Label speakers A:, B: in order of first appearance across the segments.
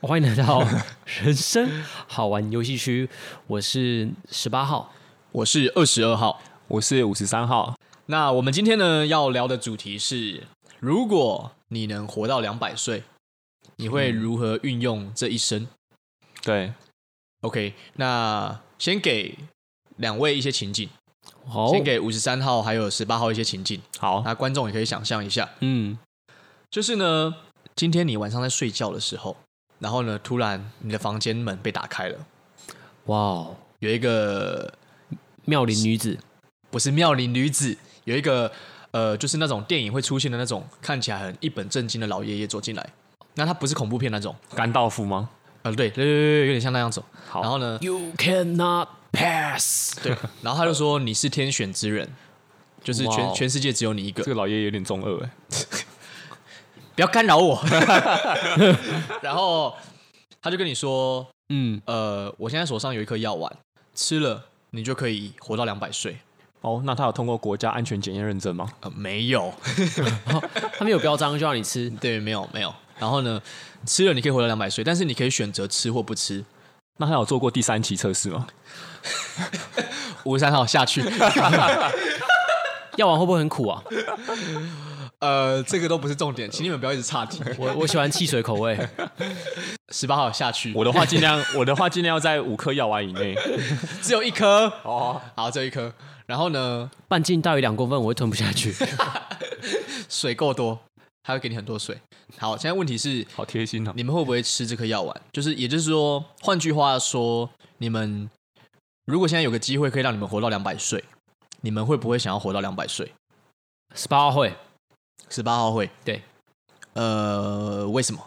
A: 欢迎来到人生好玩游戏区，我是十八号。
B: 我是二十二号。
C: 我是五十三号，
B: 那我们今天呢要聊的主题是：如果你能活到两百岁，你会如何运用这一生
C: 对，
B: ？OK，那先给两位一些情境，
A: 好，
B: 先给五十三号还有十八号一些情境，
C: 好，
B: 那观众也可以想象一下，
A: 嗯，
B: 就是呢，今天你晚上在睡觉的时候，然后呢，突然你的房间门被打开了，
A: 哇哦，
B: 有一个
A: 妙龄女子，
B: 不是妙龄女子，有一个呃，就是那种电影会出现的那种看起来很一本正经的老爷爷走进来。那他不是恐怖片那种，
C: 甘道夫吗？
B: 呃，对对对对，有点像那样走。
C: 好
B: 然后呢，
A: You cannot pass。
B: 对，然后他就说你是天选之人，就是全、
C: 哇哦
B: 全世界只有你一个
C: 这，个老爷爷有点中二哎，
B: 不要干扰 我。然后他就跟你说，
A: 嗯，
B: 呃，我现在手上有一颗药丸，吃了你就可以活到两百岁。
C: 哦，那他有通过国家安全检验认证吗？
B: 呃，没有，
A: 他们有标章就让你吃，
B: 对，没有没有。然后呢，吃了你可以活到两百岁，但是你可以选择吃或不吃。
C: 那他有做过第三期测试吗？
B: 五十三号下去，
A: 药丸会不会很苦啊？
B: 呃，这个都不是重点，请你们不要一直岔 题。
A: 我我喜欢汽水口味。
B: 十八号下去，
C: 我的话尽量， 我的话尽量要在五颗药丸以内。
B: 只有一颗，
C: 哦，
B: 好，只有一颗。然后呢，
A: 半径大于两公分，我会吞不下去。
B: 水够多，他会给你很多水。好，现在问题是，
C: 好贴心哦。
B: 你们会不会吃这颗药丸？就是，也就是说，换句话说，你们如果现在有个机会可以让你们活到两百岁，你们会不会想要活到两百岁？
A: 十八号会，
B: 十八号会，
A: 对，
B: 呃，为什么？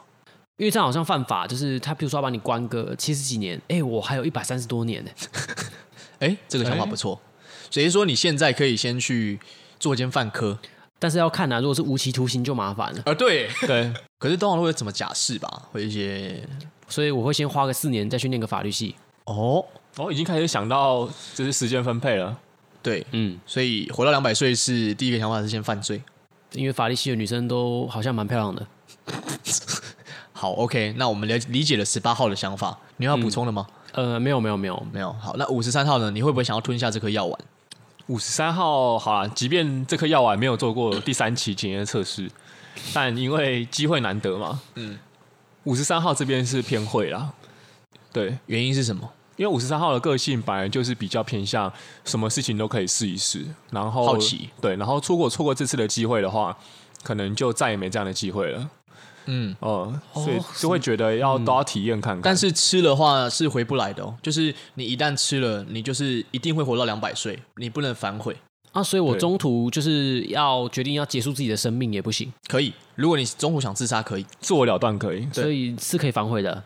A: 因为这样好像犯法，就是他，譬如说要把你关个七十几年，哎、我还有一百三十多年呢、
B: 哎，这个想法不错。所以说，你现在可以先去做间犯科，
A: 但是要看啊，如果是无期徒刑就麻烦了，
B: 啊，对。
C: 对，
B: 可是通常都会怎么假释吧？会一些
A: 所以我会先花个四年再去念个法律系。
B: 哦，
C: 哦，已经开始想到就是时间分配了。
B: 对，
A: 嗯，
B: 所以活到两百岁是第一个想法是先犯罪。
A: 因为法律系的女生都好像蛮漂亮的。
B: 好，OK，那我们了理解了十八号的想法，你有要补充的吗？
A: 呃，没有没有没有，
B: 没有。好，那五十三号呢？你会不会想要吞下这颗药丸？
C: 五十三号，好啦，即便这颗药丸没有做过第三期检验测试，但因为机会难得嘛，嗯，五十三号这边是偏会啦。对，
B: 原因是什么？
C: 因为五十三号的个性本来就是比较偏向什么事情都可以试一试，然后
B: 好奇，
C: 对，然后如果错过这次的机会的话，可能就再也没这样的机会了。
B: 嗯，
C: 嗯，所以就会觉得要、都要体验看看。
B: 但是吃的话是回不来的哦，就是你一旦吃了，你就是一定会活到两百岁，你不能反悔。
A: 啊，所以我
C: 对
A: 中途就是要决定要结束自己的生命也不行，
B: 可以，如果你中途想自杀，可以。
C: 自我了断可以，
B: 对
A: 所以是可以反悔的。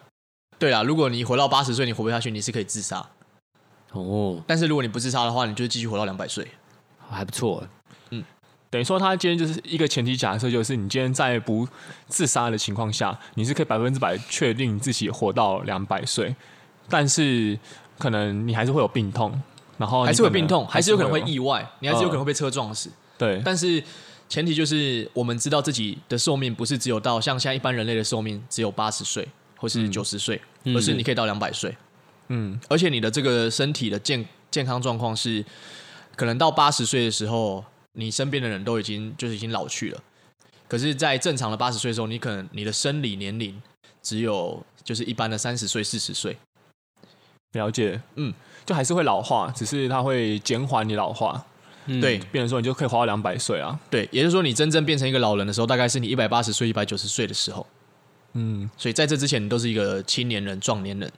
B: 对啦，如果你活到八十岁，你活不下去，你是可以自杀。
A: 哦，
B: 但是如果你不自杀的话，你就继续活到两百岁。
A: 还不错。
C: 等于说他今天就是一个前提假设，就是你今天在不自杀的情况下，你是可以百分之百确定自己活到两百岁，但是可能你还是会有病痛，然哦后你
B: 还是会有
C: 可能
B: 病痛，还是有可能会
C: 有
B: 意外，你还是有可能会被车撞死。
C: 对
B: 但是前提就是我们知道自己的寿命不是只有到像现在一般人类的寿命只有八十岁或是九十岁，
A: 嗯
B: 而是你可以到两百岁。
C: 嗯，
B: 而且你的这个身体的健健康状况是，可能到八十岁的时候，你身边的人都已经就是已经老去了。可是，在正常的八十岁的时候，你可能你的生理年龄只有就是一般的三十岁、四十岁。
C: 了解，
B: 嗯
C: 嗯，就还是会老化，只是它会减缓你老化，
A: 嗯
B: 对，
C: 变成说你就可以活到两百岁啊。
B: 对，也就是说，你真正变成一个老人的时候，大概是你一百八十岁、一百九十岁的时候。
C: 嗯，
B: 所以在这之前，你都是一个青年人、壮年人。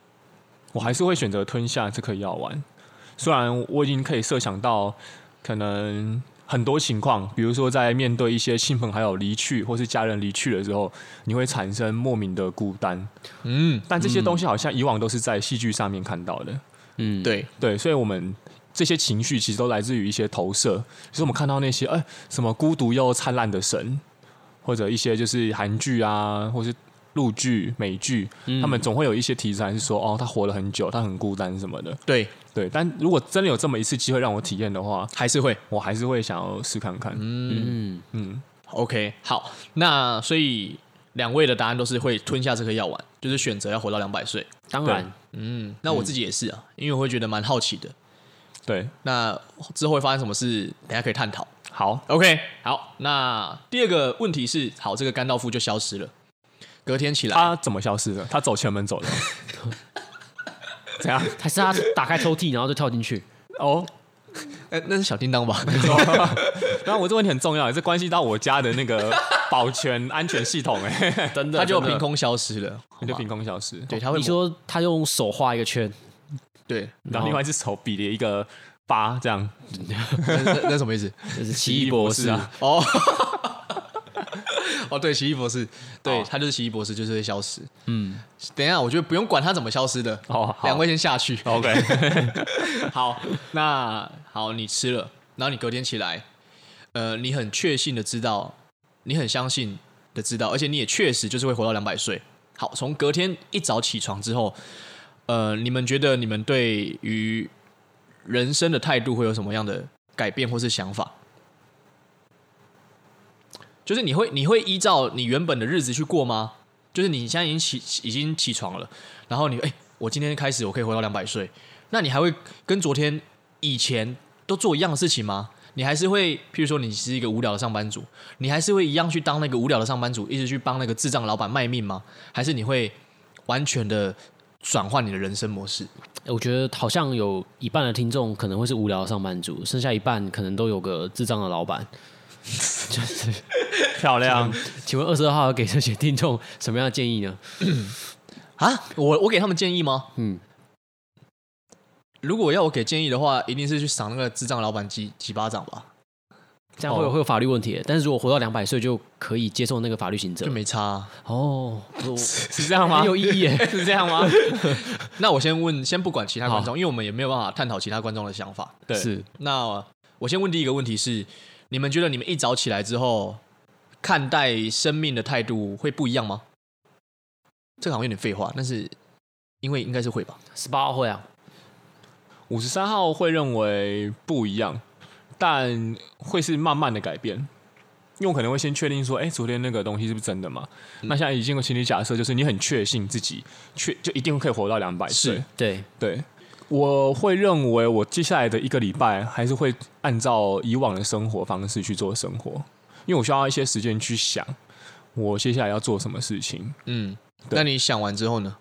C: 我还是会选择吞下这颗药丸，虽然我已经可以设想到可能很多情况，比如说在面对一些亲朋好友离去或是家人离去的时候，你会产生莫名的孤单，
B: 嗯，
C: 但这些东西好像以往都是在戏剧上面看到的，
A: 嗯，
B: 对，
C: 对，所以我们。这些情绪其实都来自于一些投射，就是我们看到那些哎、什么孤独又灿烂的神，或者一些就是韩剧啊，或是陆剧、美剧，他们总会有一些题材是说哦，他活了很久，他很孤单什么的。
B: 对，
C: 对，但如果真的有这么一次机会让我体验的话，
B: 还是会。
C: 我还是会想要试看看。嗯
A: 嗯，
C: 嗯，
B: OK，好，那所以两位的答案都是会吞下这颗药丸，就是选择要活到两百岁。
A: 当然，
B: 嗯，那我自己也是啊，因为我会觉得蛮好奇的。
C: 对，
B: 那之后会发生什么事，等一下可以探讨。
C: 好，
B: OK，好，那第二个问题是，好，这个甘道夫就消失了。隔天起来，
C: 他怎么消失的？他走前门走的，怎样？
A: 还是他打开抽屉，然后就跳进去。
C: 哦，
B: 呃那是小叮当吧？
C: 那我这问题很重要，这关系到我家的那个保全安全系统，哎，
A: 真
B: 他就凭，空消失了。
C: 你就凭空消失。
B: 对，他会
A: 你说他用手画一个圈，
B: 对，
C: 然后另外一只手比了一个八，这样
B: 那那那什么意思？
A: 就是奇异博士啊，
B: 哦， 哦，对，奇异博士，对
C: 好
B: 他就是奇异博士，就是会消失。
A: 嗯，
B: 等一下，我觉得不用管他怎么消失的，
C: 哦，好
B: 两位先下去。
C: ，OK，
B: 好，那好，你吃了，然后你隔天起来，呃，你很确信的知道，你很相信的知道，而且你也确实就是会活到两百岁。好，从隔天一早起床之后，呃，你们觉得你们对于人生的态度会有什么样的改变或是想法？就是你会你会依照你原本的日子去过吗？就是你现在已经起已经起床了，然后你哎、我今天开始我可以活到两百岁，那你还会跟昨天以前都做一样的事情吗？你还是会，譬如说你是一个无聊的上班族，你还是会一样去当那个无聊的上班族，一直去帮那个智障老板卖命吗？还是你会完全的转换你的人生模式？
A: 哎我觉得好像有一半的听众可能会是无聊的上班族，剩下一半可能都有个智障的老板。就是，
C: 漂亮，
A: 请问二十二号要给这些听众什么样的建议呢？
B: 啊，我我给他们建议吗？嗯，如果要我给建议的话，一定是去赏那个智障老板几几巴掌吧，
A: 这样会有、
C: 哦
A: 会有法律问题的，但是如果活到两百岁就可以接受那个法律行
B: 就
A: 政。
B: 没差啊、
A: 哦，我
C: 是这样吗
A: 很？有意义耶。
C: 是这 样吗？
B: 那我先问，先不管其他观众，因为我们也没有办法探讨其他观众的想法。
C: 对，
A: 是
B: 那我先问第一个问题是：你们觉得你们一早起来之后看待生命的态度会不一样吗？这个好像有点废话，但是因为应该是会吧。
A: 十八号会啊，
C: 五十三号会认为不一样，但会是慢慢的改变，因为我可能会先确定说，哎、昨天那个东西是不是真的嘛？
B: 嗯
C: 那现在已经有心理假设，就是你很确信自己确就一定可以活到两百岁
B: 是。
A: 对，
C: 对，我会认为我接下来的一个礼拜还是会按照以往的生活方式去做生活，因为我需要一些时间去想我接下来要做什么事情。
B: 嗯，
C: 对
B: 那你想完之后呢？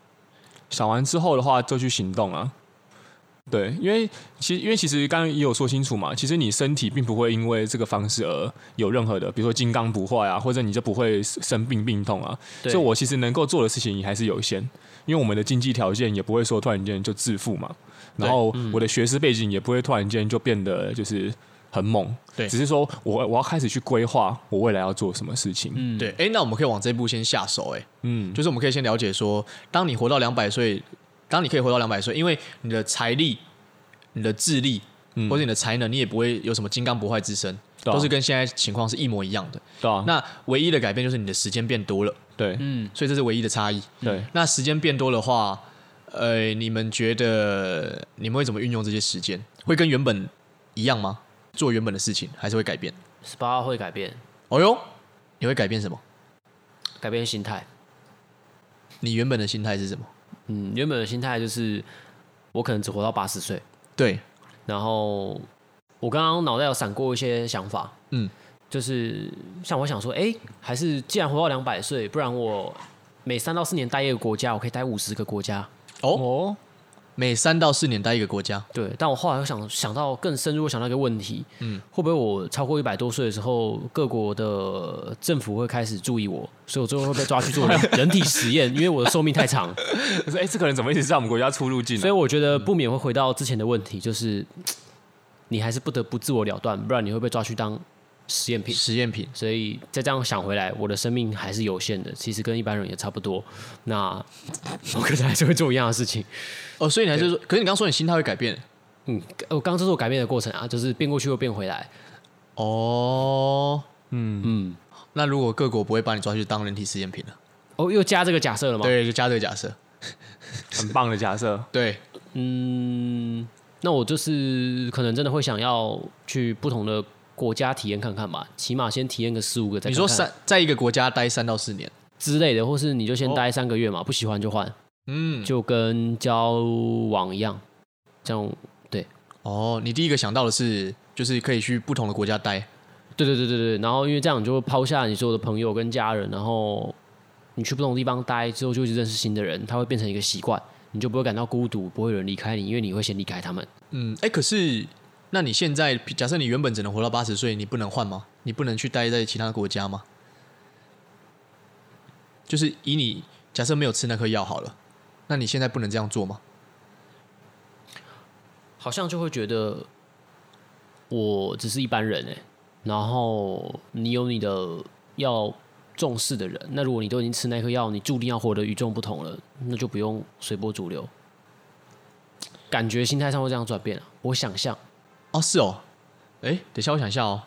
C: 想完之后的话，就去行动啊。对，因为其因为其实刚刚也有说清楚嘛，其实你身体并不会因为这个方式而有任何的，比如说金刚不坏啊，或者你就不会生病病痛啊。
A: 对
C: 所以我其实能够做的事情也还是有限，因为我们的经济条件也不会说突然间就致富嘛，
B: 对
C: 然后
A: 嗯
C: 我的学识背景也不会突然间就变得就是很猛，
B: 对
C: 只是说我我要开始去规划我未来要做什么事情。
A: 嗯，
B: 对，哎，那我们可以往这步先下手、诶
C: 嗯，
B: 就是我们可以先了解说，当你活到两百岁，当你可以活到两百岁，因为你的财力、你的智力
C: 嗯
B: 或者你的才能，你也不会有什么金刚不坏之身，
C: 对啊
B: 都是跟现在情况是一模一样的。
C: 对啊，
B: 那唯一的改变就是你的时间变多了，
C: 对
A: 嗯，
B: 所以这是唯一的差异。
C: 对，
B: 那时间变多的话，呃，你们觉得你们会怎么运用这些时间？会跟原本一样吗？做原本的事情，还是会改变？
A: 十八号会改变
B: 哦哟，你会改变什么？
A: 改变心态。
B: 你原本的心态是什么？
A: 嗯，原本的心态就是我可能只活到八十岁，
B: 对，
A: 然后我刚刚脑袋有闪过一些想法，
B: 嗯，
A: 就是像我想说，哎，还是既然活到两百岁，不然我每三到四年待一个国家，我可以待五十个国家。
C: 哦，
B: 每三到四年待一个国家，
A: 对，但我后来又想想到更深入，想到一个问题，嗯，会不会我超过一百多岁的时候，各国的政府会开始注意我，所以我最后会被抓去做人 人体实验，因为我的寿命太长，
C: 可是哎，这个人怎么一直在我们国家出入境呢、
A: 所以我觉得不免会回到之前的问题，就是嘖你还是不得不自我了断，不然你会被抓去当实验品。
B: 实验品。
A: 所以再这样想回来，我的生命还是有限的，其实跟一般人也差不多。那我可能还是会做一样的事情。
B: 哦，所以你还是说，可是你刚说你心态会改变
A: 嗯，我刚刚这是我改变的过程啊，就是变过去又变回来。
B: 哦。
A: 嗯，
B: 那如果各国不会把你抓去当人体实验品呢？
A: 哦，又加这个假设了吗？
B: 对，就加这个假设。
C: 很棒的假设。
B: 对，
A: 嗯，那我就是可能真的会想要去不同的国家体验看看吧，起码先体验个四五个再看看。
B: 你说三在一个国家待三到四年，
A: 之类的，或是你就先待三个月嘛，不喜欢就换，
B: 嗯，
A: 就跟交往一样，这样。
B: 哦，你第一个想到的是，就是可以去不同的国家待，
A: 对对对对对，然后因为这样你就会抛下你所有的朋友跟家人，然后你去不同地方待之后，就一直认识新的人，他会变成一个习惯，你就不会感到孤独，不会有人离开你，因为你会先离开他们。
B: 嗯，哎，可是那你现在假设你原本只能活到八十岁，你不能换吗？你不能去待在其他国家吗？就是以你假设没有吃那颗药好了，那你现在不能这样做吗？
A: 好像就会觉得我只是一般人哎、然后你有你的要重视的人，那如果你都已经吃那颗药，你注定要活得与众不同了，那就不用随波逐流。感觉心态上会这样转变啊，我想象
B: 哦，是哦，哎，等一下我想一下哦。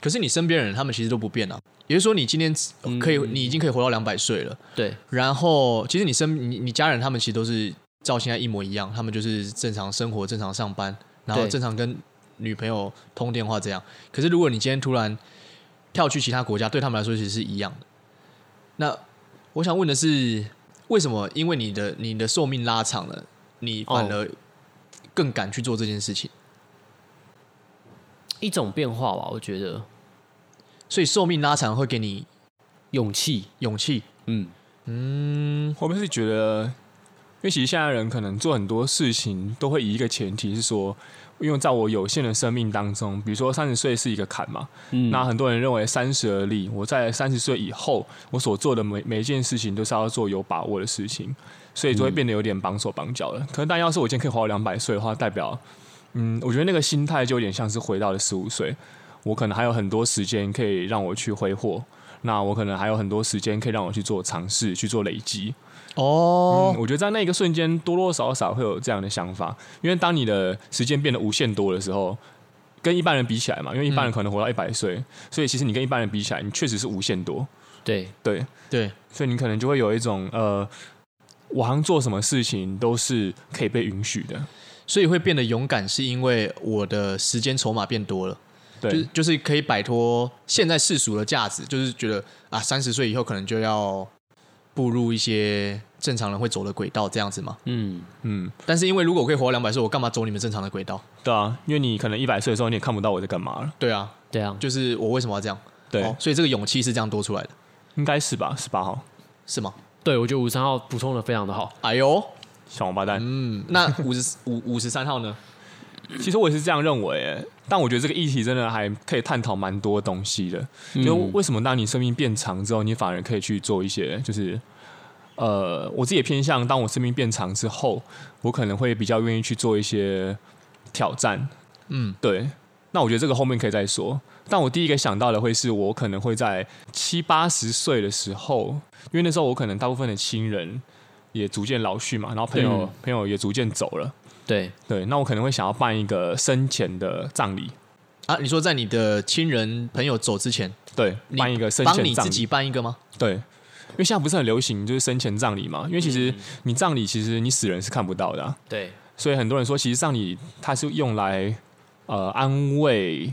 B: 可是你身边的人他们其实都不变啊，也就是说你今天呃可以，你已经可以活到两百岁了，
A: 对，
B: 然后其实你身你你家人他们其实都是照现在一模一样，他们就是正常生活、正常上班，然后
A: 对
B: 正常跟女朋友通电话这样。可是如果你今天突然跳去其他国家，对他们来说其实是一样的。那我想问的是，为什么因为你的你的寿命拉长了，你反而更敢去做这件事情？
A: 一种变化吧，我觉得
B: 所以寿命拉长会给你
A: 勇气，
B: 勇气。
A: 嗯，
C: 嗯我们是觉得，因为其实现在人可能做很多事情都会以一个前提是说，因为在我有限的生命当中，比如说三十岁是一个坎嘛，
A: 嗯
C: 那很多人认为三十而立，我在三十岁以后，我所做的每每一件事情都是要做有把握的事情，所以就会变得有点绑手绑脚了。可能但要是我今天可以活到两百岁的话，代表，嗯，我觉得那个心态就有点像是回到了十五岁，我可能还有很多时间可以让我去挥霍。那我可能还有很多时间可以让我去做尝试、去做累积，
B: 哦
C: 嗯，我觉得在那一个瞬间，多多少少会有这样的想法，因为当你的时间变得无限多的时候，跟一般人比起来嘛，因为一
B: 嗯
C: 般人可能活到一百岁，所以其实你跟一般人比起来，你确实是无限多，
A: 对，
C: 对，
B: 对，
C: 所以你可能就会有一种呃，我好像做什么事情都是可以被允许的，
B: 所以会变得勇敢，是因为我的时间筹码变多了。
C: 对，
B: 就是就是可以摆脱现在世俗的价值，就是觉得啊，三十岁以后可能就要步入一些正常人会走的轨道这样子嘛。
A: 嗯，
C: 嗯，
B: 但是因为如果我可以活到两百岁，我干嘛走你们正常的轨道？
C: 对啊，因为你可能一百岁的时候，你也看不到我在干嘛了，
B: 对啊，
A: 对啊，
B: 就是我为什么要这样？
C: 对，
B: 哦所以这个勇气是这样多出来的，
C: 应该是吧，十八号
B: 是吗？
A: 对我觉得五十三号补充的非常的好，
B: 哎呦，
C: 小王八蛋，
B: 嗯，那五十五五十三号呢？
C: 其实我也是这样认为耶，但我觉得这个议题真的还可以探讨蛮多东西的。就为什么当你生命变长之后，你反而可以去做一些，就是呃，我自己也偏向，当我生命变长之后，我可能会比较愿意去做一些挑战。
B: 嗯，
C: 对。那我觉得这个后面可以再说。但我第一个想到的会是我可能会在七八十岁的时候，因为那时候我可能大部分的亲人也逐渐老去嘛，然后朋友、
A: 嗯
C: 朋友也逐渐走了。
A: 对，
C: 对，那我可能会想要办一个生前的葬礼，
B: 啊，你说在你的亲人朋友走之前，
C: 对，
B: 你
C: 办一个生
B: 帮
C: 前
B: 你
C: 葬
B: 自
C: 礼
B: 己，办一个吗？
C: 对，因为现在不是很流行就是生前葬礼嘛，因为其实
B: 嗯
C: 你葬礼其实你死人是看不到的啊、
A: 对，
C: 所以很多人说其实葬礼它是用来呃安慰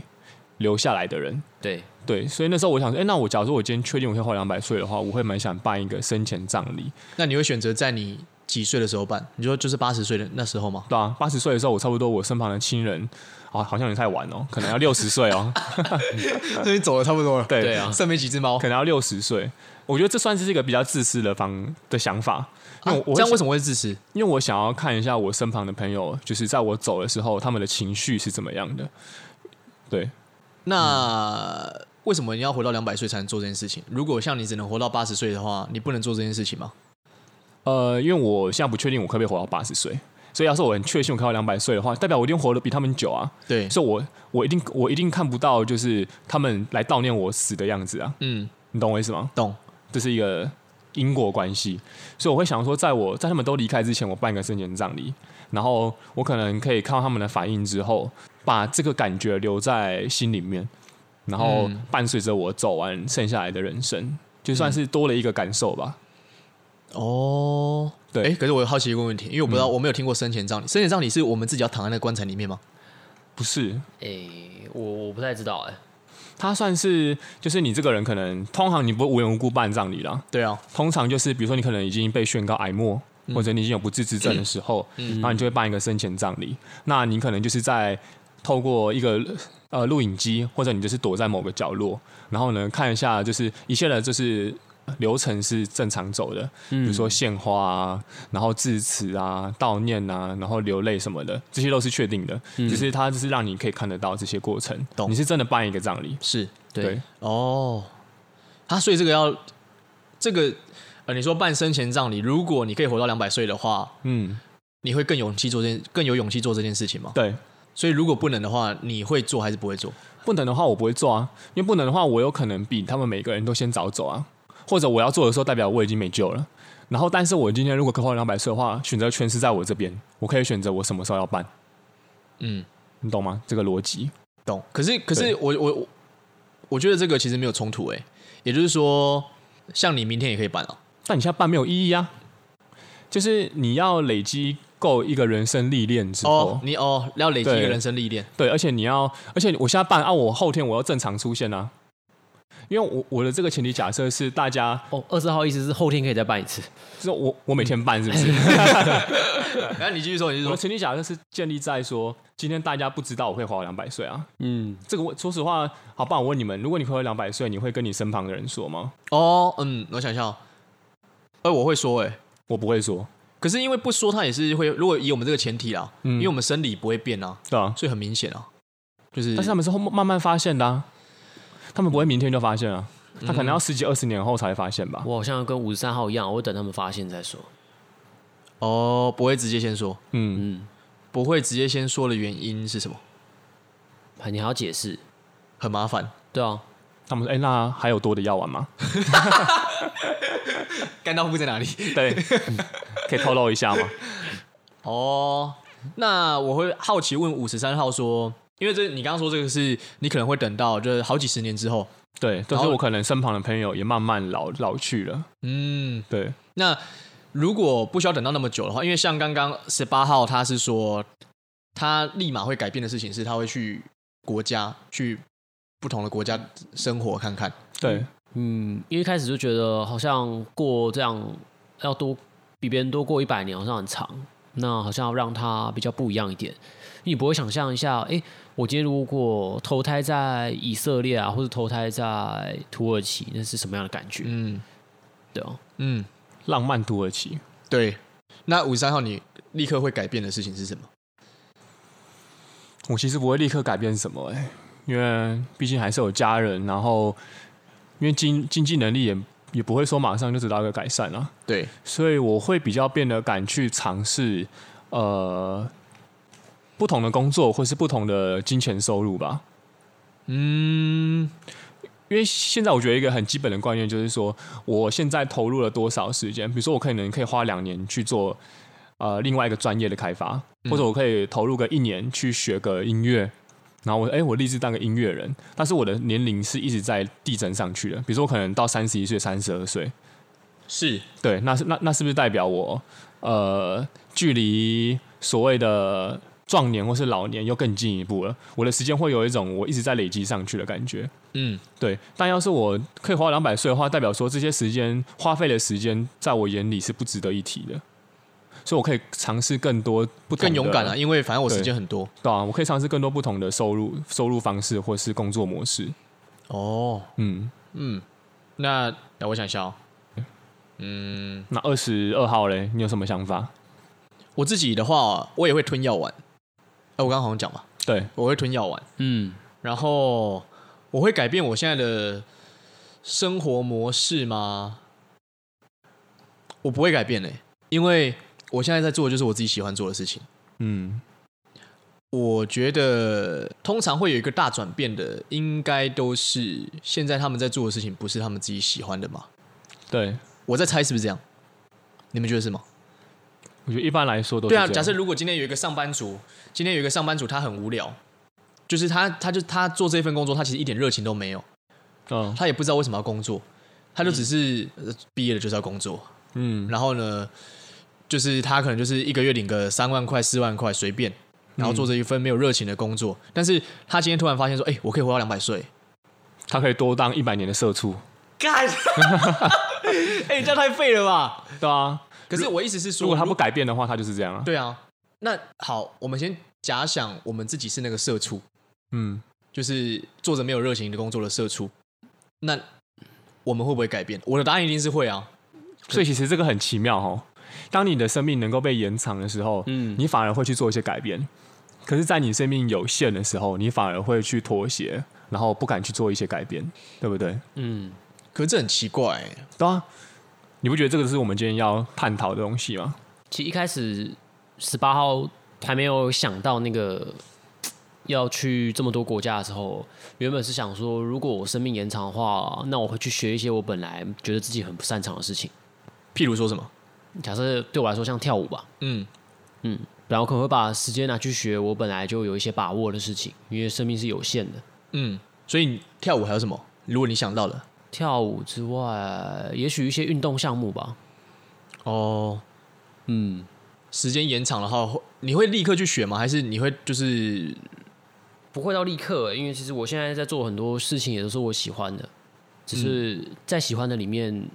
C: 留下来的人，
A: 对，
C: 对，所以那时候我想说，哎、那我假如说我今天确定我可以活两百岁的话，我会蛮想办一个生前葬礼，
B: 那你会选择在你几岁的时候办？你说就是八十岁的那时候吗？
C: 对啊，八十岁的时候，我差不多我身旁的亲人啊，好像有点太晚哦，可能要六十岁哦，
B: 那你走的差不多了，
C: 对
A: 对啊
B: 剩没几只猫
C: 可。能要六十岁。我觉得这算是一个比较自私的方的想法，因
B: 那
C: 为我、
B: 我啊这样为
C: 么？
B: 什么会自私？
C: 因为我想要看一下我身旁的朋友，就是在我走的时候，他们的情绪是怎么样的。对，
B: 那、为什么你要活到两百岁才能做这件事情？如果像你只能活到八十岁的话，你不能做这件事情吗？
C: 呃，因为我现在不确定我可不可以活到八十岁，所以要是我很确信我可以活到两百岁的话，代表我一定活得比他们久啊。
B: 对，
C: 所以我我一定我一定看不到就是他们来悼念我死的样子啊，
B: 嗯，
C: 你懂我意思吗？
B: 懂。
C: 这是一个因果关系，所以我会想说，在我在他们都离开之前，我办一个生前葬礼，然后我可能可以看到他们的反应之后，把这个感觉留在心里面，然后
B: 嗯
C: 伴随着我走完剩下来的人生，就算是多了一个感受吧。
B: 哦，
C: 对
B: 哎、可是我有好奇一个问题，因为我不知道，我没有听过生前葬礼。生前葬礼是我们自己要躺在那个棺材里面吗？
C: 不是，
A: 诶，我我不太知道哎、
C: 它算是就是你这个人可能通常你不会无缘无故办葬礼啦，
B: 对啊，
C: 通常就是比如说你可能已经被宣告癌末，或者你已经有不治之症的时候，然后你就会办一个生前葬礼。那你可能就是在透过一个呃录影机，或者你就是躲在某个角落，然后呢看一下就是一切的就是。流程是正常走的，比如说献花啊，然后致辞啊、悼念啊，然后流泪什么的，这些都是确定的。只是它就是让你可以看得到这些过程。
B: 懂
C: 你是真的办一个葬礼，
B: 是
A: 对，
B: 哦，啊，所以这个要这个呃，你说办生前葬礼，如果你可以活到两百岁的话，
C: 嗯，
B: 你会更勇气做这件，更有勇气做这件事情吗？
C: 对。
B: 所以如果不能的话，你会做还是不会做？
C: 不能的话，我不会做啊，因为不能的话，我有可能比他们每个人都先早走啊，或者我要做的时候，代表我已经没救了。然后，但是我今天如果可以活两百岁的话，选择权是在我这边，我可以选择我什么时候要办，
B: 嗯，
C: 你懂吗？这个逻辑，
B: 懂。可是可是
C: 对
B: 我我我我觉得这个其实没有冲突诶、也就是说，像你明天也可以办啊，
C: 但你现在办没有意义啊，就是你要累积够一个人生历练之后，
B: 哦，你哦要累积一
C: 对
B: 个人生历 练，
C: 对，而且你要，而且我现在办啊，我后天我要正常出现啊，因为我我的这个前提假设是大家，
A: 哦，二十号意思是后天可以再办一次，
C: 就是我我每天办是不是？
B: 然后你继续说，你继续
C: 我
B: 说，
C: 的前提假设是建立在说，今天大家不知道我会活到两百岁啊。
A: 嗯，
C: 这个我说实话，好吧，我问你们，如果你活到两百岁，你会跟你身旁的人说吗？
B: 哦，嗯，我想一下哦，哎、我会说诶、
C: 我不会说，
B: 可是因为不说，他也是会。如果以我们这个前提啦，
C: 嗯
B: 因为我们生理不会变啊，
C: 对啊。
B: 所以很明显啊，就是。
C: 但是他们是后慢慢发现的、啊，他们不会明天就发现啊，
B: 嗯
C: 他可能要十几二十年后才发现吧。
A: 我好像跟五十三号一样，我会等他们发现再说。
B: 哦，不会直接先说，
C: 嗯，
A: 嗯，
B: 不会直接先说的原因是什么？
A: 哎你还要解释，
B: 很麻烦，
A: 对啊，
C: 他们说，哎、那还有多的药丸吗？
B: 干到户在哪里？
C: 对，可以透露一下吗？
B: 哦，那我会好奇问五十三号说，因为这你刚刚说这个是你可能会等到就是好几十年之后，
C: 对，但
B: 然
C: 是
B: 后
C: 我可能身旁的朋友也慢慢老老去了。
B: 嗯，
C: 对，
B: 那如果不需要等到那么久的话，因为像刚刚十八号他是说，他立马会改变的事情是他会去国家去不同的国家生活看看。
C: 对，
A: 嗯，因为一开始就觉得好像过这样要多比别人多过一百年，好像很长。那好像要让它比较不一样一点，因为你不会想象一下，诶，我今天如果投胎在以色列啊，或者投胎在土耳其，那是什么样的感觉？
B: 嗯
A: 对啊，
B: 嗯，
C: 浪漫土耳其，
B: 对。那五十三号你立刻会改变的事情是什么？
C: 我其实不会立刻改变什么、欸，因为毕竟还是有家人，然后因为经经济能力也也不会说马上就得到一个改善啊，
B: 对，
C: 所以我会比较变得敢去尝试，呃，不同的工作或是不同的金钱收入吧。
B: 嗯，
C: 因为现在我觉得一个很基本的观念就是说，我现在投入了多少时间？比如说，我可能可以花两年去做呃另外一个专业的开发，或者我可以投入个一年去学个音乐。然后我哎、诶我立志当个音乐人，但是我的年龄是一直在递增上去的。比如说，我可能到三十一岁、三十二岁，
B: 是
C: 对，那是那那是不是代表我呃距离所谓的壮年或是老年又更进一步了？我的时间会有一种我一直在累积上去的感觉。
B: 嗯，
C: 对，但要是我可以花两百岁的话，代表说这些时间花费的时间，在我眼里是不值得一提的。所以我可以尝试更多不同的
B: 更勇敢了、啊，，因为反正我时间很多。
C: 对啊，我可以尝试更多不同的收入收入方式或是工作模式。
B: 哦，
C: 嗯，
B: 嗯，那那我想一下哦，嗯
C: 那二十二号嘞，你有什么想法？
B: 我自己的话，我也会吞药丸。哎、我刚刚好像讲吧，
C: 对，
B: 我会吞药丸。
A: 嗯，
B: 然后我会改变我现在的生活模式吗？我不会改变嘞、欸因为我现在在做的就是我自己喜欢做的事情。
C: 嗯，
B: 我觉得通常会有一个大转变的，应该都是现在他们在做的事情不是他们自己喜欢的嘛？
C: 对，
B: 我在猜是不是这样？你们觉得是吗？
C: 我觉得一般来说都是
B: 对啊，
C: 这样
B: 假设如果今天有一个上班族，今天有一个上班族，他很无聊，就是他，他就他做这份工作，他其实一点热情都没有，
C: 嗯
B: 他也不知道为什么要工作，他就只是呃毕业了就是要工作，
C: 嗯
B: 然后呢，就是他可能就是一个月领个三万块、四万块随便，然后做着一份没有热情的工作，但是他今天突然发现说，哎、我可以活到两百岁，
C: 他可以多当一百年的社畜，
B: 干， 哎、你这样太废了吧？
C: 对啊。
B: 可是我意思是说，
C: 如果他不改变的话，他就是这样啊。
B: 对啊，那好，我们先假想我们自己是那个社畜，
C: 嗯，
B: 就是做着没有热情的工作的社畜，那我们会不会改变？我的答案一定是会啊。
C: 所以其实这个很奇妙哦。当你的生命能够被延长的时候，
A: 嗯
C: 你反而会去做一些改变。可是，在你生命有限的时候，你反而会去妥协，然后不敢去做一些改变，对不对？
A: 嗯，
B: 可是这很奇怪、欸，
C: 对啊，你不觉得这个是我们今天要探讨的东西吗？
A: 其实一开始十八号还没有想到那个要去这么多国家的时候，原本是想说，如果我生命延长的话，那我会去学一些我本来觉得自己很不擅长的事情。
B: 譬如说什么？
A: 假设对我来说像跳舞吧，
B: 嗯，
A: 然后可能会把时间拿去学我本来就有一些把握的事情，因为生命是有限的。
B: 嗯，所以你跳舞还有什么？如果你想到了，
A: 跳舞之外，也许一些运动项目吧。
B: 哦，
A: 嗯，
B: 时间延长的话，会你会立刻去学吗？还是你会就是
A: 不会到立刻、欸因为其实我现在在做很多事情，也都是我喜欢的，只是在喜欢的里面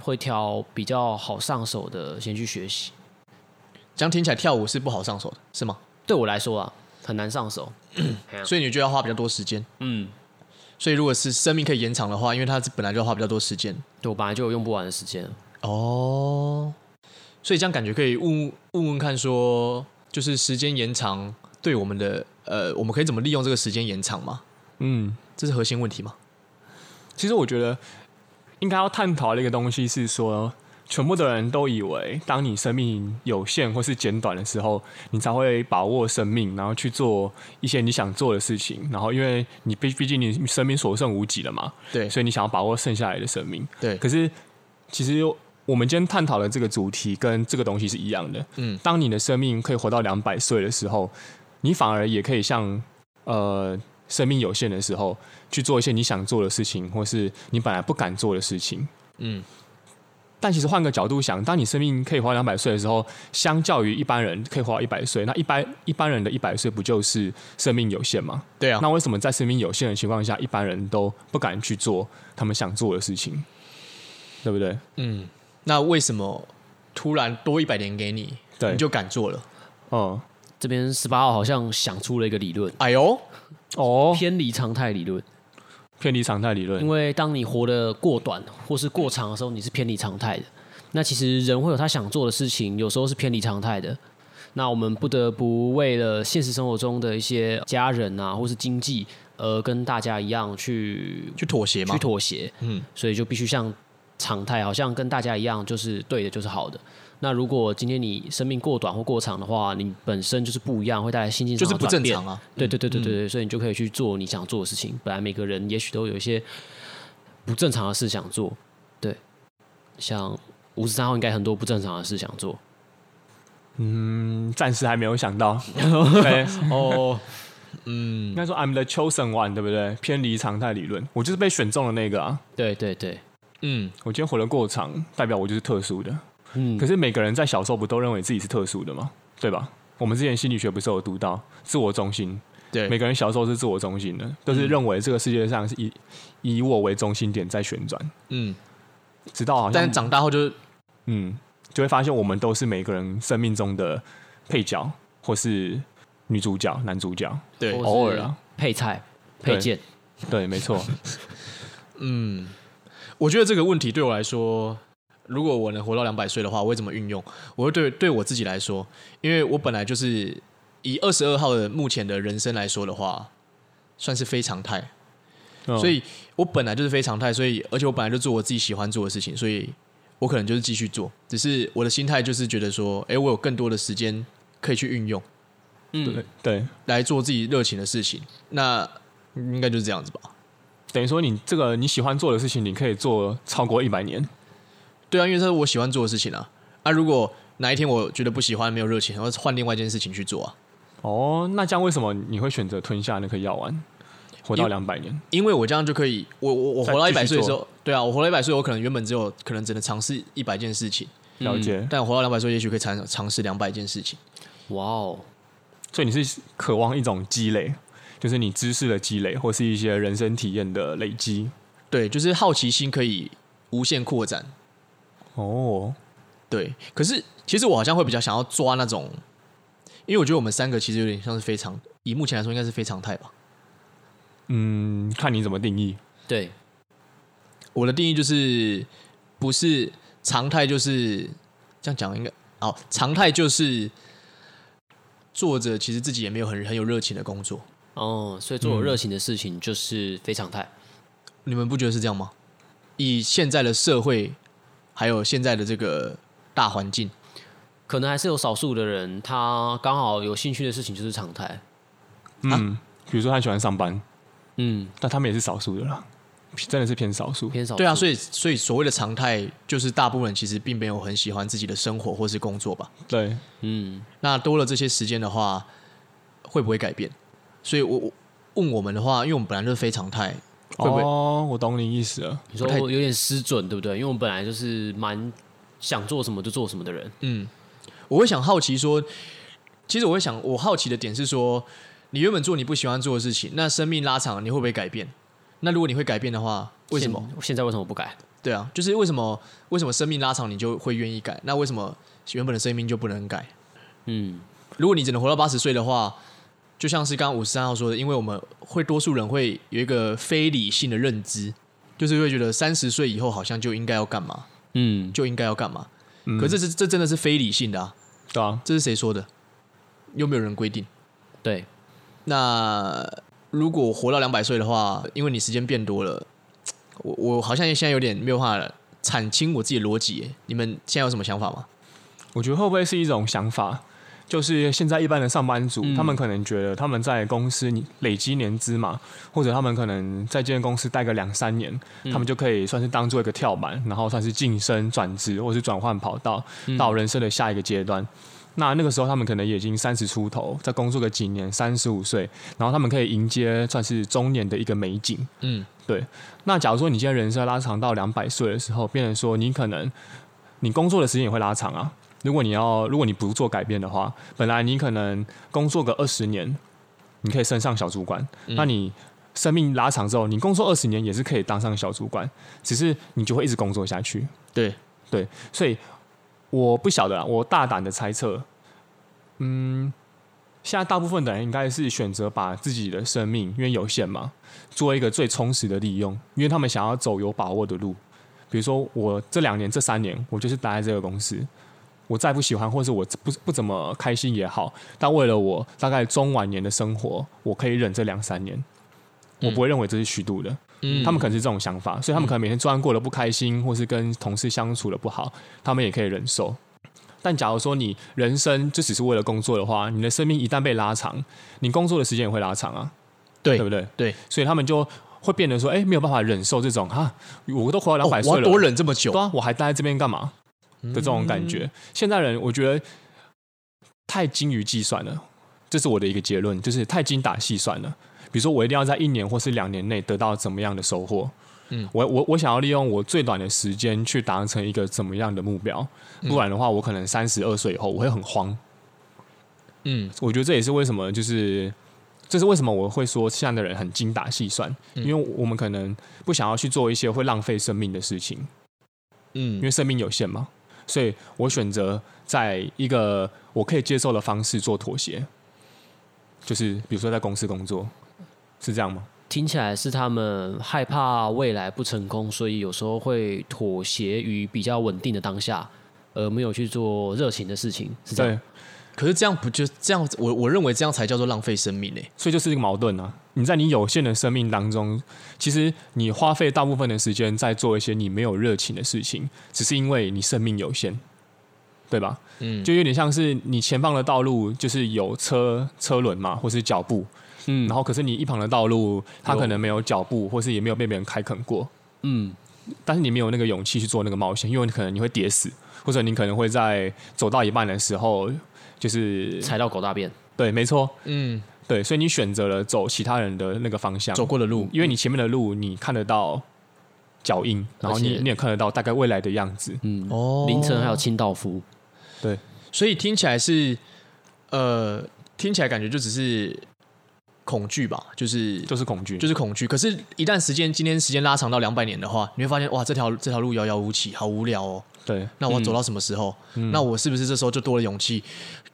A: 会挑比较好上手的先去学习。
B: 这样听起来跳舞是不好上手的，是吗？
A: 对我来说啊，很难上手。
B: 所以你就要花比较多时间。
A: 嗯，
B: 所以如果是生命可以延长的话，因为它是本来就要花比较多时间。
A: 对我本来就有用不完的时间。
B: 哦，所以这样感觉可以问问问看说，就是时间延长对我们的呃，我们可以怎么利用这个时间延长吗？
C: 嗯，
B: 这是核心问题吗？
C: 其实我觉得应该要探讨的一个东西是说，全部的人都以为，当你生命有限或是简短的时候，你才会把握生命，然后去做一些你想做的事情。然后，因为你毕毕竟你生命所剩无几了嘛，
B: 对，
C: 所以你想要把握剩下来的生命。
B: 对
C: 可是其实我们今天探讨的这个主题跟这个东西是一样的。
B: 嗯
C: 当你的生命可以活到两百岁的时候，你反而也可以像呃生命有限的时候去做一些你想做的事情，或是你本来不敢做的事情。
B: 嗯，
C: 但其实换个角度想，当你生命可以活到两百岁的时候，相较于一般人可以活到一百岁，那一般一般人的一百岁不就是生命有限吗？
B: 对啊
C: 那，为什么在生命有限的情况下，一般人都不敢去做他们想做的事情，对不对？
B: 嗯，那为什么突然多一百年给你，
C: 对
B: 你就敢做了？
C: 嗯，
A: 这边十八号好像想出了一个理论，
B: 哎呦，
C: 哦，
A: 偏离常态理论。
C: 偏离常态理论
A: 因，为当你活得过短或是过长的时候，你是偏离常态的。那其实人会有他想做的事情，有时候是偏离常态的。那我们不得不为了现实生活中的一些家人啊，或是经济，而跟大家一样去
B: 去妥协吗
A: 去？妥协，
B: 嗯，
A: 所以就必须像常态，好像跟大家一样，就是对的，就是好的。那如果今天你生命过短或过长的话，你本身就是不一样，会带来心境
B: 就
A: 上
B: 是
A: 的
B: 不
A: 转
B: 正
A: 变
B: 常啊。
A: 对对对对对对，所以你就可以去做你想做的事情。本来每个人也许都有一些不正常的事想做，对，像五十三号应该很多不正常的事想做。
C: 嗯，暂时还没有想到。 对，
A: 哦，
B: 嗯
C: 应该说 I'm the chosen one，对不对？偏离常态理论，我就是被选中的那个啊。
A: 对对对，
B: 嗯，
C: 我今天活得过长，代表我就是特殊的。
A: 嗯
C: 可，是每个人在小时候不都认为自己是特殊的吗？对吧？我们之前心理学不是有读到自我中心，
B: 对，
C: 每个人小时候是自我中心的，都是认为这个世界上是以以我为中心点在旋转，
B: 嗯，
C: 直到好像
B: 但长大后就
C: 嗯，就会发现我们都是每个人生命中的配角，或是女主角、男主角。
B: 对，
A: 或是
C: 偶尔啊
A: 配菜
C: 对
A: 配件，
C: 对，没错。
B: 嗯，我觉得这个问题对我来说，如果我能活到两百岁的话，我会怎么运用？我会对对我自己来说，因为我本来就是以二十二号的目前的人生来说的话，算是非常态，
C: 嗯
B: 所以我本来就是非常态，所以而且我本来就做我自己喜欢做的事情，所以我可能就是继续做，只是我的心态就是觉得说，诶，我有更多的时间可以去运用
A: 嗯
C: 对，对，
B: 来做自己热情的事情，那应该就是这样子吧。
C: 等于说你这个你喜欢做的事情，你可以做超过一百年。
B: 对啊，因为这是我喜欢做的事情啊。啊，如果哪一天我觉得不喜欢、没有热情，然后换另外一件事情去做啊。
C: 哦，那这样为什么你会选择吞下那颗药丸，活到
B: 因
C: 两百年？
B: 因为我这样就可以，我我我活到
C: 再
B: 一
C: 继续
B: 百岁的时
C: 做
B: 候，对啊，我活到一百岁，我可能原本只有可能只能尝试一百件事情，
C: 了解。
B: 嗯但我活到两百岁，也许可以尝尝试两百件事情。
A: 哇哦，
C: 所以你是渴望一种积累，就是你知识的积累，或是一些人生体验的累积。
B: 对，就是好奇心可以无限扩展。
C: 哦，
B: 对，可是其实我好像会比较想要抓那种，因为我觉得我们三个其实有点像是非常，以目前来说应该是非常态吧。
C: 嗯，看你怎么定义。
A: 对，
B: 我的定义就是不是常态，就是这样讲应该哦，常态就是做着其实自己也没有很很有热情的工作。
A: 哦，所以做有热情的事情就是非常态。
B: 你们不觉得是这样吗？以现在的社会，还有现在的这个大环境，
A: 可能还是有少数的人，他刚好有兴趣的事情就是常态。
C: 嗯，
B: 啊
C: 比如说他喜欢上班，
A: 嗯，
C: 但他们也是少数的啦，真的是偏少数。
A: 偏少数。
B: 对啊，所以所以所谓的常态，就是大部分人其实并没有很喜欢自己的生活或是工作吧。
C: 对，
A: 嗯，
B: 那多了这些时间的话，会不会改变？所以我我问我们的话，因为我们本来就是非常态，会不会？
C: 哦，我懂你意思了。
A: 你说
B: 不太
A: 我有点失准，对不对？因为我们本来就是蛮想做什么就做什么的人。
B: 嗯，我会想好奇说，其实我会想，我好奇的点是说，你原本做你不喜欢做的事情，那生命拉长了，你会不会改变？那如果你会改变的话，为什么？
A: 现？现在为什么不改？
B: 对啊，就是为什么为什么生命拉长你就会愿意改？那为什么原本的生命就不能改？
A: 嗯，
B: 如果你只能活到八十岁的话，就像是刚刚五十三号说的，因为我们会多数人会有一个非理性的认知，就是会觉得三十岁以后好像就应该要干嘛，
A: 嗯，
B: 就应该要干嘛。
C: 嗯
B: 可是这这真的是非理性的啊！
C: 对啊，
B: 这是谁说的？又没有人规定。
A: 对，
B: 那如果活到两百岁的话，因为你时间变多了，我我好像现在有点没有办法阐清我自己的逻辑耶。你们现在有什么想法吗？
C: 我觉得会不会是一种想法，就是现在一般的上班族，
A: 嗯
C: 他们可能觉得他们在公司累积年资嘛，或者他们可能在这间公司待个两三年，他们就可以算是当做一个跳板，然后算是晋升、转职或是转换跑道到人生的下一个阶段。那那个时候，他们可能也已经三十出头，再工作个几年，三十五岁，然后他们可以迎接算是中年的一个美景。
B: 嗯，
C: 那假如说你今天人生拉长到两百岁的时候，变成说你可能你工作的时间也会拉长啊。如果你要如果你不做改变的话，本来你可能工作个二十年，你可以升上小主管，那你。生命拉长之后，你工作二十年也是可以当上小主管，只是你就会一直工作下去。
B: 对，
C: 对，所以我不晓得啦，我大胆的猜测，嗯，现在大部分的人应该是选择把自己的生命，因为有限嘛，做一个最充实的利用，因为他们想要走有把握的路。比如说，我这两年、这三年，我就是待在这个公司，我再不喜欢，或是我不不怎么开心也好，但为了我大概中晚年的生活，我可以忍这两三年，我不会认为这是虚度的。
B: 嗯
C: 他们可能是这种想法，所以他们可能每天作案过得不开心，或是跟同事相处的不好，他们也可以忍受。但假如说你人生就只是为了工作的话，你的生命一旦被拉长，你工作的时间也会拉长啊，
B: 对
C: 对不对？
B: 对，
C: 所以他们就会变得说，哎、没有办法忍受这种哈，我都活到
B: 哦
C: 两
B: 我
C: 百岁
B: 要
C: 了，
B: 多忍这么久
C: 对，啊，我还待在这边干嘛的这种感觉。现代人我觉得太精于计算了，这是我的一个结论，就是太精打细算了。比如说，我一定要在一年或是两年内得到怎么样的收获。
B: 嗯
C: 嗯，我我我想要利用我最短的时间去达成一个怎么样的目标，不然的话，我可能三十二岁以后我会很慌。
B: 嗯
C: 我觉得这也是为什么，就是这是为什么我会说现在的人很精打细算，因为我们可能不想要去做一些会浪费生命的事情。因
B: 嗯
C: 为生命有限嘛，所以我选择在一个我可以接受的方式做妥协，就是比如说在公司工作，是这样吗？
A: 听起来是他们害怕未来不成功，所以有时候会妥协于比较稳定的当下，而没有去做热情的事情，是这样。
C: 对，
B: 可是这样不就这样？我我认为这样才叫做浪费生命欸呢、
C: 所以就是一个矛盾啊。你在你有限的生命当中，其实你花费大部分的时间在做一些你没有热情的事情，只是因为你生命有限，对吧？
B: 嗯，
C: 就有点像是你前方的道路就是有车车轮嘛，或是脚步，
A: 嗯
C: 然后可是你一旁的道路它
A: 有
C: 可能没有脚步，或是也没有被别人开垦过，
A: 嗯，
C: 但是你没有那个勇气去做那个冒险，因为你可能你会跌死，或者你可能会在走到一半的时候，就是
A: 踩到狗大便。
C: 对，没错，
B: 嗯，
C: 对，所以你选择了走其他人的那个方向，
B: 走过的路，
C: 因为你前面的路你看得到脚印，然后
A: 而
C: 你
A: 且
C: 你也看得到大概未来的样子，
A: 嗯，
B: 哦
A: 凌晨还有清道夫。
B: 所以听起来是，呃，听起来感觉就只是恐惧吧，就是
C: 就是恐惧，
B: 就是恐惧。可是，一旦时间今天时间拉长到两百年的话，你会发现哇，这条这条路遥遥无期，好无聊哦。
C: 对
B: 那我要走到什么时候？那我是不是这时候就多了勇气？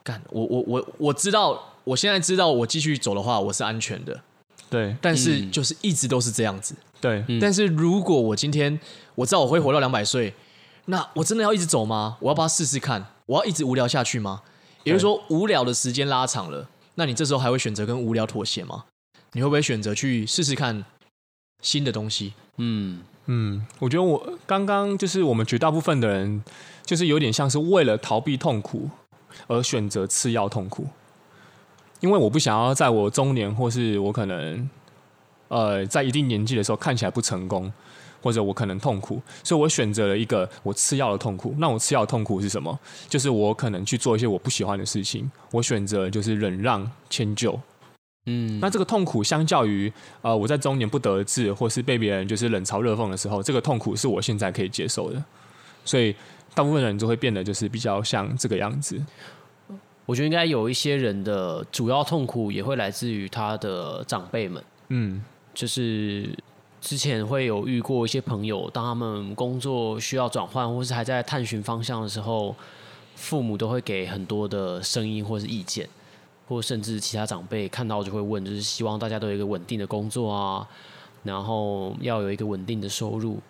B: 干，我我我我知道，我现在知道，我继续走的话，我是安全的。
C: 对
B: 但是就是一直都是这样子。
C: 对，
A: 嗯
B: 但是如果我今天我知道我会活到两百岁，那我真的要一直走吗？我要不要试试看？我要一直无聊下去吗？也就是说，无聊的时间拉长了，那你这时候还会选择跟无聊妥协吗？你会不会选择去试试看新的东西？
A: 嗯，
C: 嗯，我觉得我刚刚就是我们绝大部分的人，就是有点像是为了逃避痛苦而选择次要痛苦，因为我不想要在我中年或是我可能呃在一定年纪的时候看起来不成功，或者我可能痛苦，所以我选择了一个我次要的痛苦。那我次要的痛苦是什么？就是我可能去做一些我不喜欢的事情，我选择就是忍让、迁就。
A: 嗯，
C: 那这个痛苦，相较于呃我在中年不得志，或是被别人就是冷嘲热讽的时候，这个痛苦是我现在可以接受的。所以大部分人就会变得就是比较像这个样子。
A: 我觉得应该有一些人的主要痛苦也会来自于他的长辈们，
C: 嗯，
A: 就是之前会有遇过一些朋友，当他们工作需要转换，或是还在探寻方向的时候，父母都会给很多的声音或是意见，或甚至其他长辈看到就会问，就是希望大家都有一个稳定的工作啊，然后要有一个稳定的收入。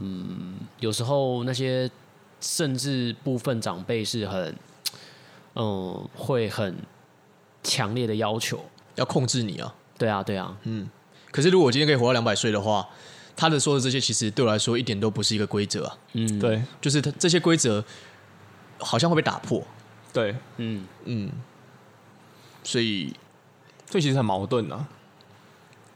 A: 嗯，有时候那些甚至部分长辈是很，嗯，会很强烈的要求。
B: 要控制你啊！
A: 对啊，对啊，
B: 可是如果我今天可以活到两百岁的话，他的说的这些其实对我来说一点都不是一个规则啊，
A: 嗯，，
C: 对
B: 就是他这些规则好像会被打破，
C: 对，
A: 嗯，
B: 嗯，所以
C: 所以其实很矛盾啊。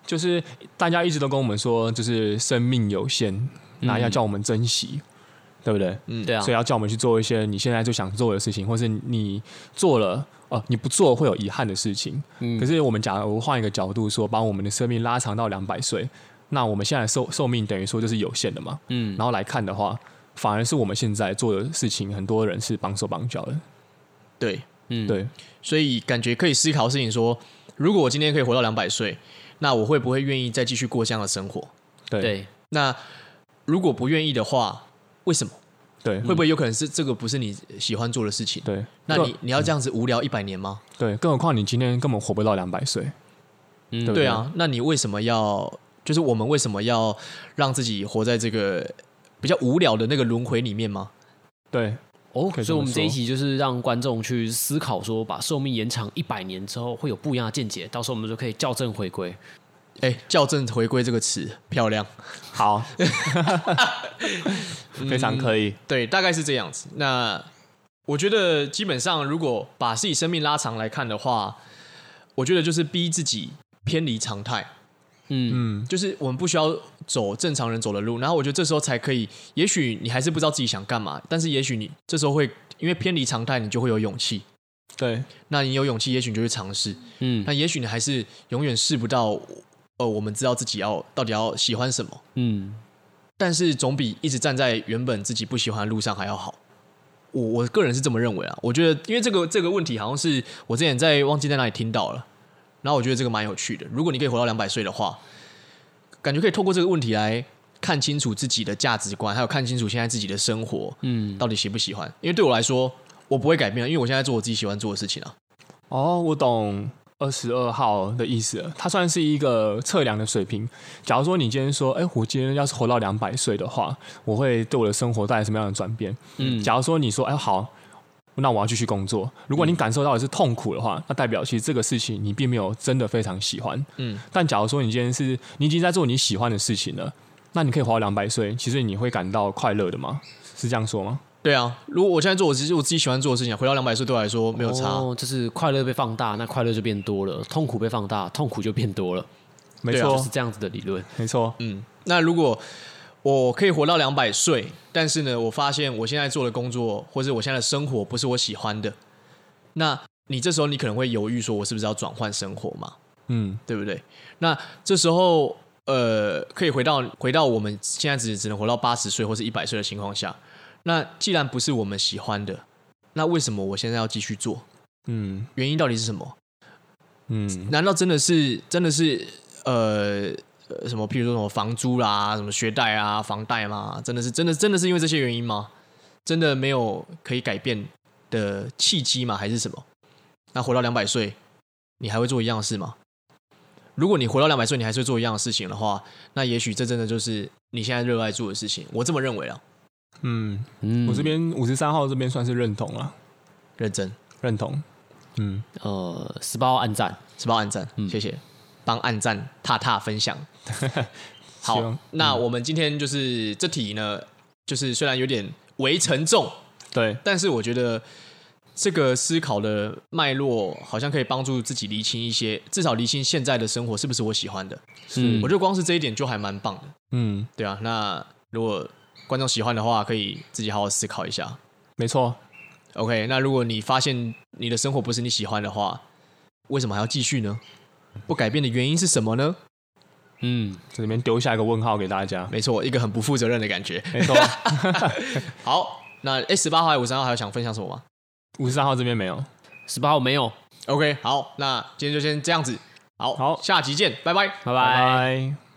C: 就是大家一直都跟我们说，就是生命有限，那要叫我们珍惜，对不对？
A: 对啊
C: 所以，要叫我们去做一些你现在就想做的事情，或是你做了哦、你不做会有遗憾的事情。可是我们假如换一个角度说，把我们的生命拉长到两百岁，那我们现在的寿寿命等于说就是有限的嘛。
A: 嗯，
C: 然后来看的话，反而是我们现在做的事情，很多人是绑手绑脚的。
B: 对，
A: 嗯，
C: 对，
B: 所以感觉可以思考的事情说，如果我今天可以活到两百岁，那我会不会愿意再继续过这样的生活？
C: 对，
A: 对，
B: 那如果不愿意的话，为什么？
C: 对，
B: 会不会有可能是这个不是你喜欢做的事情？
C: 对，
B: 嗯那
C: 更
B: 你你要这样子无聊一百年吗？
C: 对，更何况你今天根本活不到两百岁。
A: 嗯
C: 对不
B: 对，啊，那你为什么要？就是我们为什么要让自己活在这个比较无聊的那个轮回里面吗？
C: 对，
A: 哦，
C: 可以这么
A: 所以我们这一
C: 说
A: 集就是让观众去思考，说把寿命延长一百年之后会有不一样的见解，到时候我们就可以校正回归。
B: 哎，校正回归这个词漂亮。
C: 好， 非常可以。
B: 对，大概是这样子。那我觉得基本上，如果把自己生命拉长来看的话，我觉得就是逼自己偏离常态，
A: 嗯
C: 嗯，
B: 就是我们不需要走正常人走的路。然后我觉得这时候才可以，也许你还是不知道自己想干嘛，但是也许你这时候会因为偏离常态，你就会有勇气。
C: 对，
B: 那你有勇气，也许你就去尝试。
A: 嗯
B: 那也许你还是永远试不到，呃，我们知道自己要到底要喜欢什么，
A: 嗯，
B: 但是总比一直站在原本自己不喜欢的路上还要好。我我个人是这么认为啊，我觉得因为这个这个问题好像是我之前在忘记在哪里听到了，然后我觉得这个蛮有趣的。如果你可以活到两百岁的话，感觉可以透过这个问题来看清楚自己的价值观，还有看清楚现在自己的生活，嗯，到底喜不喜欢。因为对我来说，我不会改变，因为我现在做我自己喜欢做的事情啊。
C: 哦，我懂二十二号的意思了。它算是一个测量的水平。假如说你今天说，哎，我今天要是活到两百岁的话，我会对我的生活带来什么样的转变？嗯，假如说你说，哎，好，那我要继续工作。如果你感受到的是痛苦的话，那代表其实这个事情你并没有真的非常喜欢。
B: 嗯
C: 嗯，但假如说你今天是你已经在做你喜欢的事情了，那你可以活到两百岁，其实你会感到快乐的吗？是这样说吗？
B: 对啊，如果我现在做我自己我自己喜欢做的事情，回到两百岁对我来说没有差。
A: 哦，就是快乐被放大，那快乐就变多了；痛苦被放大，痛苦就变多了，
C: 没
B: 对啊
C: 错，
A: 就是这样子的理论。
C: 没错，
B: 嗯，那如果我可以活到两百岁，但是呢，我发现我现在做的工作或者我现在的生活不是我喜欢的，那你这时候你可能会犹豫，说我是不是要转换生活嘛？
C: 嗯，
B: 对不对？那这时候呃，可以回到回到我们现在只只能活到八十岁或是一百岁的情况下，那既然不是我们喜欢的，那为什么我现在要继续做？
C: 嗯，
B: 原因到底是什么？
C: 嗯，
B: 难道真的是真的是呃呃什么？譬如说什么房租啦、什么学贷啊、房贷吗？真的是真的真的是因为这些原因吗？真的没有可以改变的契机吗？还是什么？那活到两百岁，你还会做一样的事吗？如果你活到两百岁，你还是会做一样的事情的话，那也许这真的就是你现在热爱做的事情。我这么认为啊，
C: 嗯，
A: 嗯，
C: 我这边五十三号这边算是认同了，
B: 认真
C: 认同。嗯，
A: 呃，十八号暗赞，
B: 是吧？按赞，
A: 嗯
B: 谢谢，帮按赞踏踏分享。
C: 希
B: 好
C: 望，嗯
B: 那我们今天就是这题呢，就是虽然有点微沉重，
C: 对，
B: 但是我觉得这个思考的脉络好像可以帮助自己厘清一些，至少厘清现在的生活是不是我喜欢的。
A: 嗯
B: 我觉得光是这一点就还蛮棒的，
C: 嗯，
B: 对啊。那如果观众喜欢的话，可以自己好好思考一下。
C: 没错，
B: OK，那如果你发现你的生活不是你喜欢的话，为什么还要继续呢？不改变的原因是什么呢？
A: 嗯，
C: 这里面丢下一个问号给大家。
B: 没错，一个很不负责任的感觉。
C: 没 错，
B: 好，那 S 十八号还有五十号还有想分享什么吗
C: 五十三号这边没有。
A: 十八号没有，
B: ？OK，好，那今天就先这样子。好，
C: 好
B: 下集见，拜拜。
A: 拜
C: 拜拜。